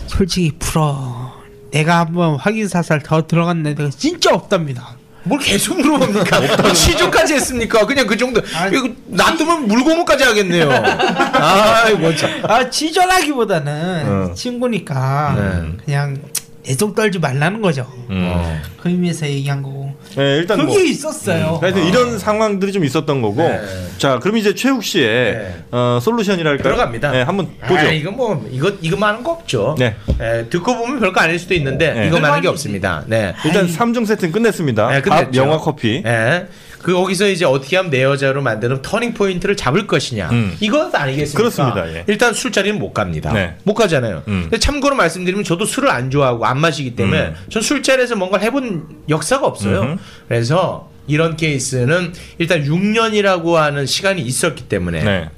솔직히 풀어 내가 한번 확인 사살 더 들어갔는데 내가 진짜 없답니다 뭘 계속 물어봅니까? 시조까지 했습니까? 그냥 그 정도. 아니, 이거 놔두면 물고문까지 하겠네요. 아이고, 참. 아 지절하기보다는 어. 친구니까 네. 그냥 계속 떨지 말라는 거죠 어. 음. 그 의미에서 얘기한 거고 네, 일단 그게 뭐. 있었어요 음. 하여튼 이런 상황들이 좀 있었던 거고. 아. 네. 자, 그럼 이제 최욱 씨의 네. 어, 솔루션이랄까요? 들어갑니다. 네, 한번 보죠. 아, 이거 뭐 이거 이거만한 거 없죠. 네. 에, 듣고 보면 별거 아닐 수도 있는데 네. 이거만한 게 없습니다. 네. 일단 삼종 세트는 끝냈습니다. 네, 밥, 끝냈죠. 영화, 커피. 예. 그 거기서 이제 어떻게 하면 내 여자로 만드는 터닝 포인트를 잡을 것이냐. 음. 이건 아니겠습니까? 그렇습니다, 예. 일단 술자리는 못 갑니다. 네. 못 가잖아요. 음. 근데 참고로 말씀드리면 저도 술을 안 좋아하고 안 마시기 때문에 음. 전 술자리에서 뭔가를 해본 역사가 없어요. 음흠. 그래서 이런 케이스는 일단 6년이라고 하는 시간이 있었기 때문에 네.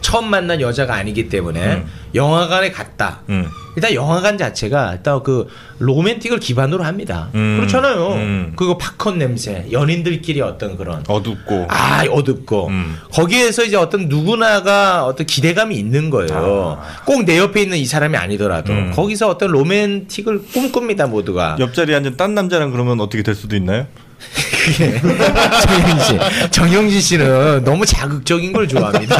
처음 만난 여자가 아니기 때문에 음. 영화관에 갔다. 음. 일단 영화관 자체가 일단 그 로맨틱을 기반으로 합니다. 음. 그렇잖아요. 음. 그거 팝콘 냄새, 연인들끼리 어떤 그런 어둡고. 아 어둡고 음. 거기에서 이제 어떤 누구나가 어떤 기대감이 있는 거예요. 꼭 내 옆에 있는 이 사람이 아니더라도 아. 음. 거기서 어떤 로맨틱을 꿈꿉니다 모두가. 옆자리에 앉은 딴 남자랑 그러면 어떻게 될 수도 있나요? 그게 정영진 씨, 정영진 씨는 너무 자극적인 걸 좋아합니다.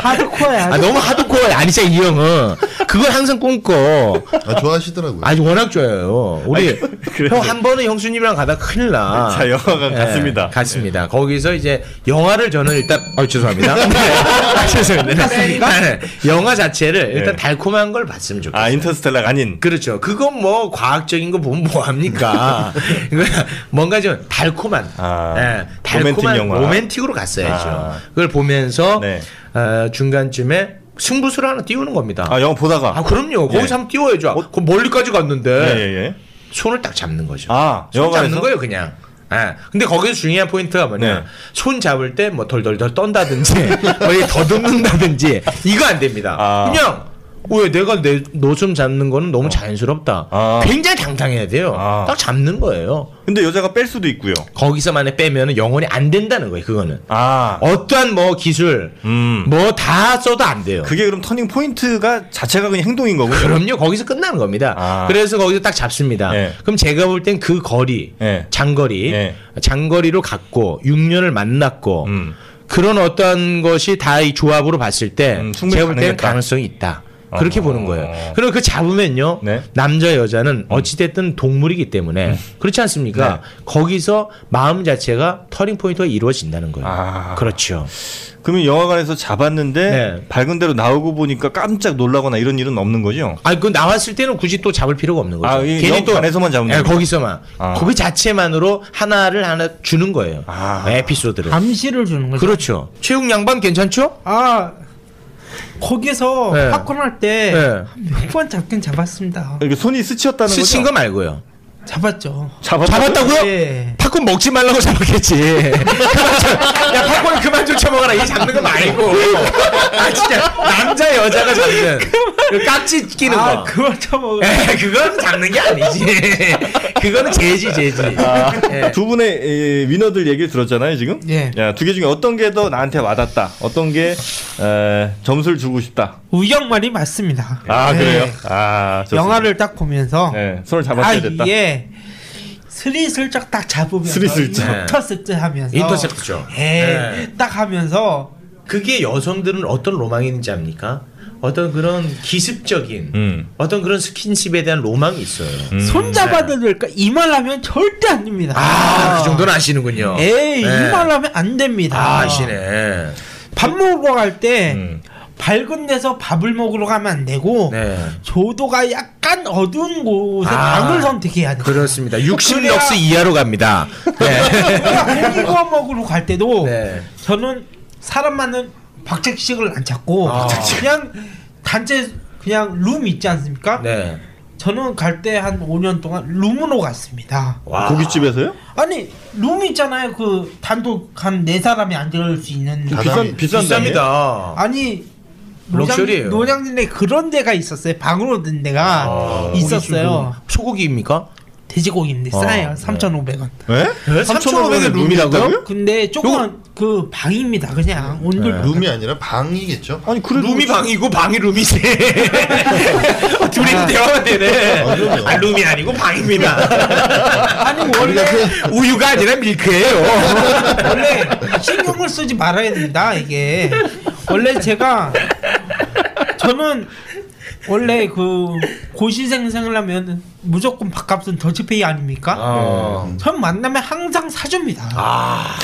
하드코어야 아, 너무 하드코어 아니 진짜 이 형은 그걸 항상 꿈꿔. 아, 좋아하시더라고요. 아니 워낙 좋아요. 우리 그래요? 형 한 번은 형수님이랑 가다 큰일 나. 예, 자, 네. 영화관 갔습니다. 네. 갔습니다. 거기서 이제 영화를 저는 일단 어 죄송합니다. 네. 아, 죄송합니다. 아, 네. 영화 자체를 일단 네. 달콤한 걸 봤으면 좋겠어요. 아, 인터스텔라가 아닌. 그렇죠. 그건 뭐 과학적인 거 보면 뭐 합니까? 이거 뭔가 좀 달콤한, 네. 아, 예, 달콤한 로맨틱 로맨틱 영화. 으로 갔어야죠. 아. 그걸 보면서 네. 어, 중간쯤에 승부수를 하나 띄우는 겁니다. 아, 영화 보다가. 아 그럼요. 예. 거기서 한번 띄워야죠. 어? 그 멀리까지 갔는데 예, 예, 예. 손을 딱 잡는 거죠. 아, 손 영화관에서? 잡는 거예요, 그냥. 예. 근데 거기서 중요한 포인트가 뭐냐? 네. 손 잡을 때 뭐 덜덜덜 떤다든지, 머리 더듬는다든지 이거 안 됩니다. 아. 어. 그냥 왜 내가 내노좀 잡는 거는 너무 자연스럽다. 아. 굉장히 당당해야 돼요. 아. 딱 잡는 거예요. 근데 여자가 뺄 수도 있고요. 거기서만에 빼면은 영혼이 안 된다는 거예요. 그거는 아. 어떠한 뭐 기술 음. 뭐 다 써도 안 돼요. 그게 그럼 터닝 포인트가 자체가 그냥 행동인 거군요. 그럼요. 거기서 끝나는 겁니다. 아. 그래서 거기서 딱 잡습니다. 예. 그럼 제가 볼 땐 그 거리, 예. 장거리, 예. 장거리로 갔고 6년을 만났고 음. 그런 어떤 것이 다 이 조합으로 봤을 때 음, 충분히 제가 볼 땐 가능했다. 가능성이 있다. 그렇게 어. 보는 거예요. 그리고 그 잡으면요. 네. 음. 남자 여자는 어찌됐든 동물이기 때문에 그렇지 않습니까? 네. 거기서 마음 자체가 터닝 포인트가 이루어진다는 거예요. 아. 그렇죠. 그러면 영화관에서 잡았는데 네. 밝은 대로 나오고 보니까 깜짝 놀라거나 이런 일은 없는 거죠? 아니 그 나왔을 때는 굳이 또 잡을 필요가 없는 거죠. 아, 이 영관에서만 잡는 예, 거예요? 거기서만. 아. 거기 자체만으로 하나를 하나 주는 거예요. 아. 에피소드를. 감시를 주는 거죠 그렇죠. 최욱 양반 괜찮죠? 아 거기서 네. 팝콘 네. 할때 몇 번 잡긴 잡았습니다 이렇게 손이 스치었다는 스친 거죠? 거 말고요. 잡았죠 잡았다고요? 예. 팝콘 먹지 말라고 잡았겠지. 예. 그만 좀- 야 팝콘 그만 좀 쳐먹어라. 이 잡는 거 말고. 아 진짜 남자 여자가 잡는 그 깍지 끼는 거. 아 그걸 처먹어 에 그건 잡는 게 아니지. 그거는 재지 재지. 아. 예. 두 분의 에, 위너들 얘기를 들었잖아요 지금. 예. 두 개 중에 어떤 게 더 나한테 와닿다. 어떤 게 에, 점수를 주고 싶다. 우영 말이 맞습니다 아 네. 그래요? 아 좋습니다. 영화를 딱 보면서 예, 손을 아 잡았어야 됐다. 이게 스리슬쩍 딱 잡으면 스리슬쩍. 인터셉트 하면서 예, 인터셉트죠. 네. 예딱 하면서 그게 여성들은 어떤 로망이 있는지 압니까? 어떤 그런 기습적인 음. 어떤 그런 스킨십에 대한 로망이 있어요. 손 네. 잡아도 될까 이 말 하면 절대 안 됩니다 아, 그 정도는 아시는군요. 에이 네. 이 말 하면 안 됩니다 아, 아시네. 그 밥 먹으러 갈 때 음. 밝은 데서 밥을 먹으러 가면 안 되고 네. 조도가 약간 어두운 곳에 아, 방을 선택해야 돼요 어, 그렇습니다. 60 그래야- 럭스 이하로 갑니다. 네. 그러니까 고기 구워 먹으러 갈 때도 네. 저는 사람 많은 박책식을 안 찾고 아. 그냥 단체 그냥 룸 있지 않습니까? 네. 저는 갈 때 한 5년 동안 룸으로 갔습니다. 그 고깃집에서요? 아니 룸 있잖아요. 그 단독 한 네 사람이 앉을 수 있는. 좀 비싼 가담이. 비싼 데예요? 아, 비쌉니다. 아니 어. 럭셔리예요. 노장, 노장진에 그런 데가 있었어요. 방으로 된 데가 아, 뭐 있었어요. 소고기입니까? 돼지고기인데 아, 싸요. 네. 3,500원. 네? 네? 3,500에 룸이라고요? 근데 조금 그 방입니다. 그냥 네. 온돌 룸이 아니라 방이겠죠. 아니 그래도 룸이 방이고 방이 룸이지. 어, 둘이 대화가 되네. 아, 그럼요. 아, 룸이 아니고 방입니다. 아니 원래 우유가 아니라 밀크예요. 원래 신경을 쓰지 말아야 된다 이게 원래 제가 저는 원래 그 고시생 생활하면 무조건 밥값은 더치페이 아닙니까? 아. 전 만나면 항상 사줍니다. 아.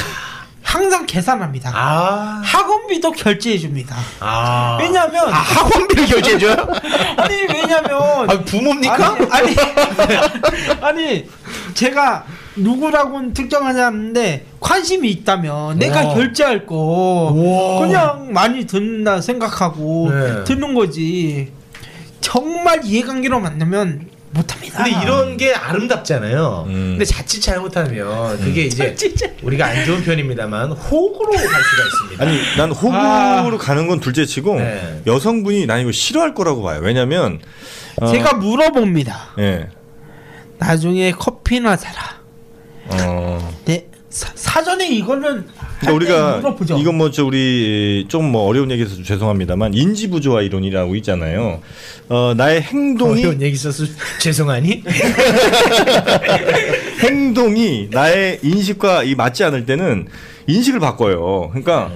항상 계산합니다. 아. 학원비도 결제해 줍니다. 아. 왜냐면 아, 학원비를 결제해줘요? 아니 왜냐면 아, 부모입니까? 아니 아니, 아니, 제가 누구라고는 특정하지 않는데 관심이 있다면 내가 와. 결제할 거 우와. 그냥 많이 듣는다 생각하고 네. 듣는 거지 정말 이해관계로 만나면 못합니다. 근데 이런 게 아름답잖아요. 음. 근데 자칫 잘못하면 그게 이제 자칫 잘- 우리가 안 좋은 편입니다만 호구로 갈 수가 있습니다. 아니 난 호구로 가는 건 둘째치고 네. 여성분이 난 이거 싫어할 거라고 봐요. 왜냐면 어, 제가 물어봅니다. 예. 나중에 커피나 사라. 어. 네. 사, 사전에 이거는 그러니까 아, 네, 우리가 물어보죠. 이건 뭐 저 우리 좀 뭐 어려운 얘기해서 좀 죄송합니다만 인지 부조화 이론이라고 있잖아요. 어, 나의 행동이 어려운 얘기 있어서 죄송하니? 행동이 나의 인식과 이 맞지 않을 때는 인식을 바꿔요. 그러니까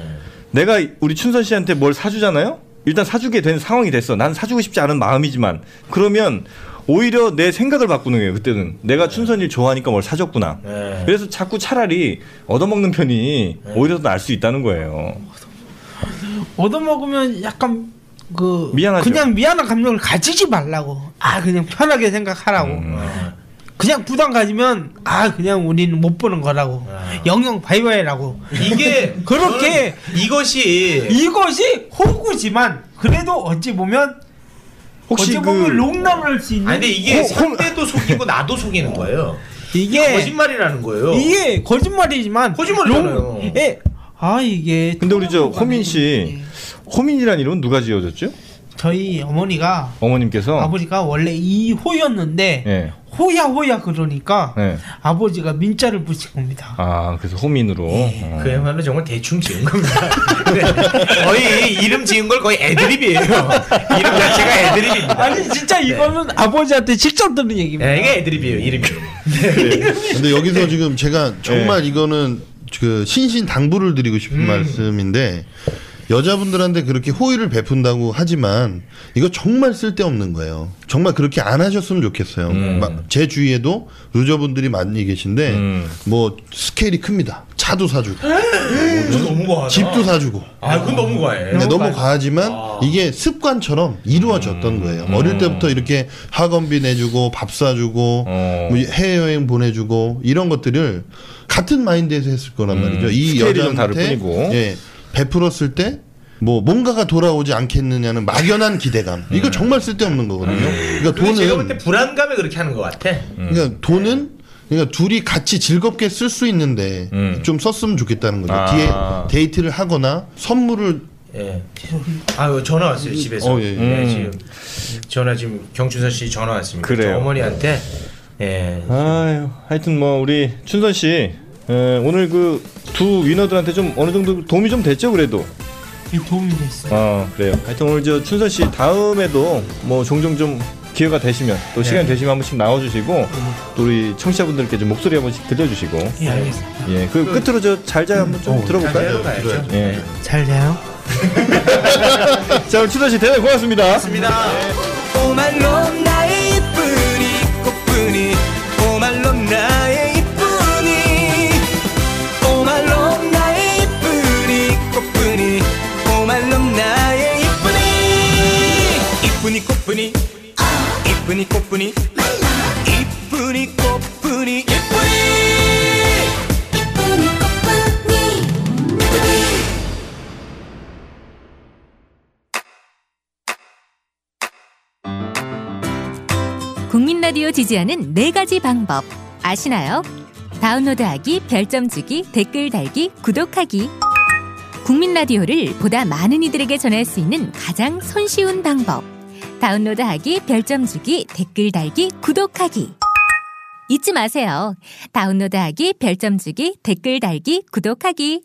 내가 우리 춘선 씨한테 뭘 사주잖아요. 일단 사주게 된 상황이 됐어. 난 사주고 싶지 않은 마음이지만 그러면 오히려 내 생각을 바꾸는 거예요. 그때는 내가 춘선이를 좋아하니까 뭘 사줬구나. 네. 그래서 자꾸 차라리 얻어먹는 편이 오히려 더 나을 수 있다는 거예요. 얻어먹으면 약간 그 미안하죠. 그냥 미안한 감정을 가지지 말라고 아 그냥 편하게 생각하라고 그냥 부담 가지면 아 그냥 우리는 못 보는 거라고 영영 바이바이라고 이게 그렇게 저는 이것이 이것이 호구지만 그래도 어찌 보면 혹시 어찌 보면 그- 롱런할 수 있는 아니 근데 이게 호- 상대도 속이고 나도 속이는 거예요. 이게 거짓말이라는 거예요. 이게 거짓말이지만 거짓말이잖아요. 롱- 예. 아 이게 근데 우리 저 통하는 호민 씨 거네. 호민이란 이름 은 누가 지어줬죠? 저희 어머니가 어머님께서 아버지가 원래 이호였는데 예. 호야 호야 그러니까 네. 아버지가 민자를 붙인 겁니다. 아 그래서 호민으로 예, 어. 그야말로 정말 대충 지은 겁니다. 네. 거의 이름 지은 걸 거의 애드립이에요. 이름 자체가 애드립입니다. 아니 진짜 이거는 아버지한테 직접 들은 얘기입니다. 네, 이게 애드립이에요. 이름이. 그 근데 여기서 네. 지금 제가 정말 이거는 그 신신 당부를 드리고 음. 싶은 말씀인데 여자분들한테 그렇게 호의를 베푼다고 하지만 이거 정말 쓸데없는 거예요. 정말 그렇게 안 하셨으면 좋겠어요. 음. 마- 제 주위에도 루저분들이 많이 계신데 음. 뭐 스케일이 큽니다. 차도 사주고 저 너무 과하다. 집도 사주고 아, 그건 너무 과해. 근데 너무 과하지만 아. 이게 습관처럼 이루어졌던 음. 거예요. 어릴 때부터 이렇게 학원비 내주고 밥 사주고 어. 뭐 해외여행 보내주고 이런 것들을 같은 마인드에서 했을 거란 말이죠. 이 음. 스케일이 좀 다를 여자한테 뿐이고. 예, 베풀었을 때 뭐 뭔가가 돌아오지 않겠느냐는 막연한 음. 기대감. 이거 정말 쓸데없는 거거든요. 그러니까 그게 제가 돈은 볼 때 네. 불안감에 그렇게 하는 것 같아. 음. 그러니까 돈은 그러니까 둘이 같이 즐겁게 쓸 수 있는데 좀 썼으면 좋겠다는 거죠. 음. 아. 뒤에 데이트를 하거나 선물을 예. 아유 전화 왔어요 집에서. 어, 예, 예. 네, 지금 전화 지금 경춘선 씨 전화 왔습니다. 그래요. 저 어머니한테 예. 아유, 하여튼 뭐 우리 춘선 씨 에, 오늘 그 두 위너들한테 좀 어느 정도 도움이 좀 됐죠 그래도. 이게 도움이 됐어요. 아 그래요. 하여튼 오늘 저 춘선 씨 다음에도 뭐 종종 좀 기회가 되시면 또 시간 되시면 한 번씩 나와주시고 또 우리 청취자분들께 좀 목소리 한 번씩 들려주시고 예 알겠습니다. 예 그 끝으로 저 잘자 한번 좀 들어볼까요? 가야죠. 예. 잘 자요. 자 오늘 춘선 씨 대단히 고맙습니다. 오말롬 나의 이쁜이 꽃뿐이 오말롬 나의 이쁜이 오말롬 나의 이쁜이 꽃뿐이 오말롬 나의 이쁜이 이쁜이 꽃뿐이 아, 이쁜이 꽃뿐이 이쁜이 꽃뿐이 이쁜이 이쁜이 꽃뿐이 국민 라디오 지지하는 네 가지 방법 아시나요? 다운로드하기, 별점 주기, 댓글 달기, 구독하기. 국민 라디오를 보다 많은 이들에게 전할 수 있는 가장 손쉬운 방법. 다운로드하기, 별점 주기, 댓글 달기, 구독하기. 잊지 마세요. 다운로드하기, 별점 주기, 댓글 달기, 구독하기.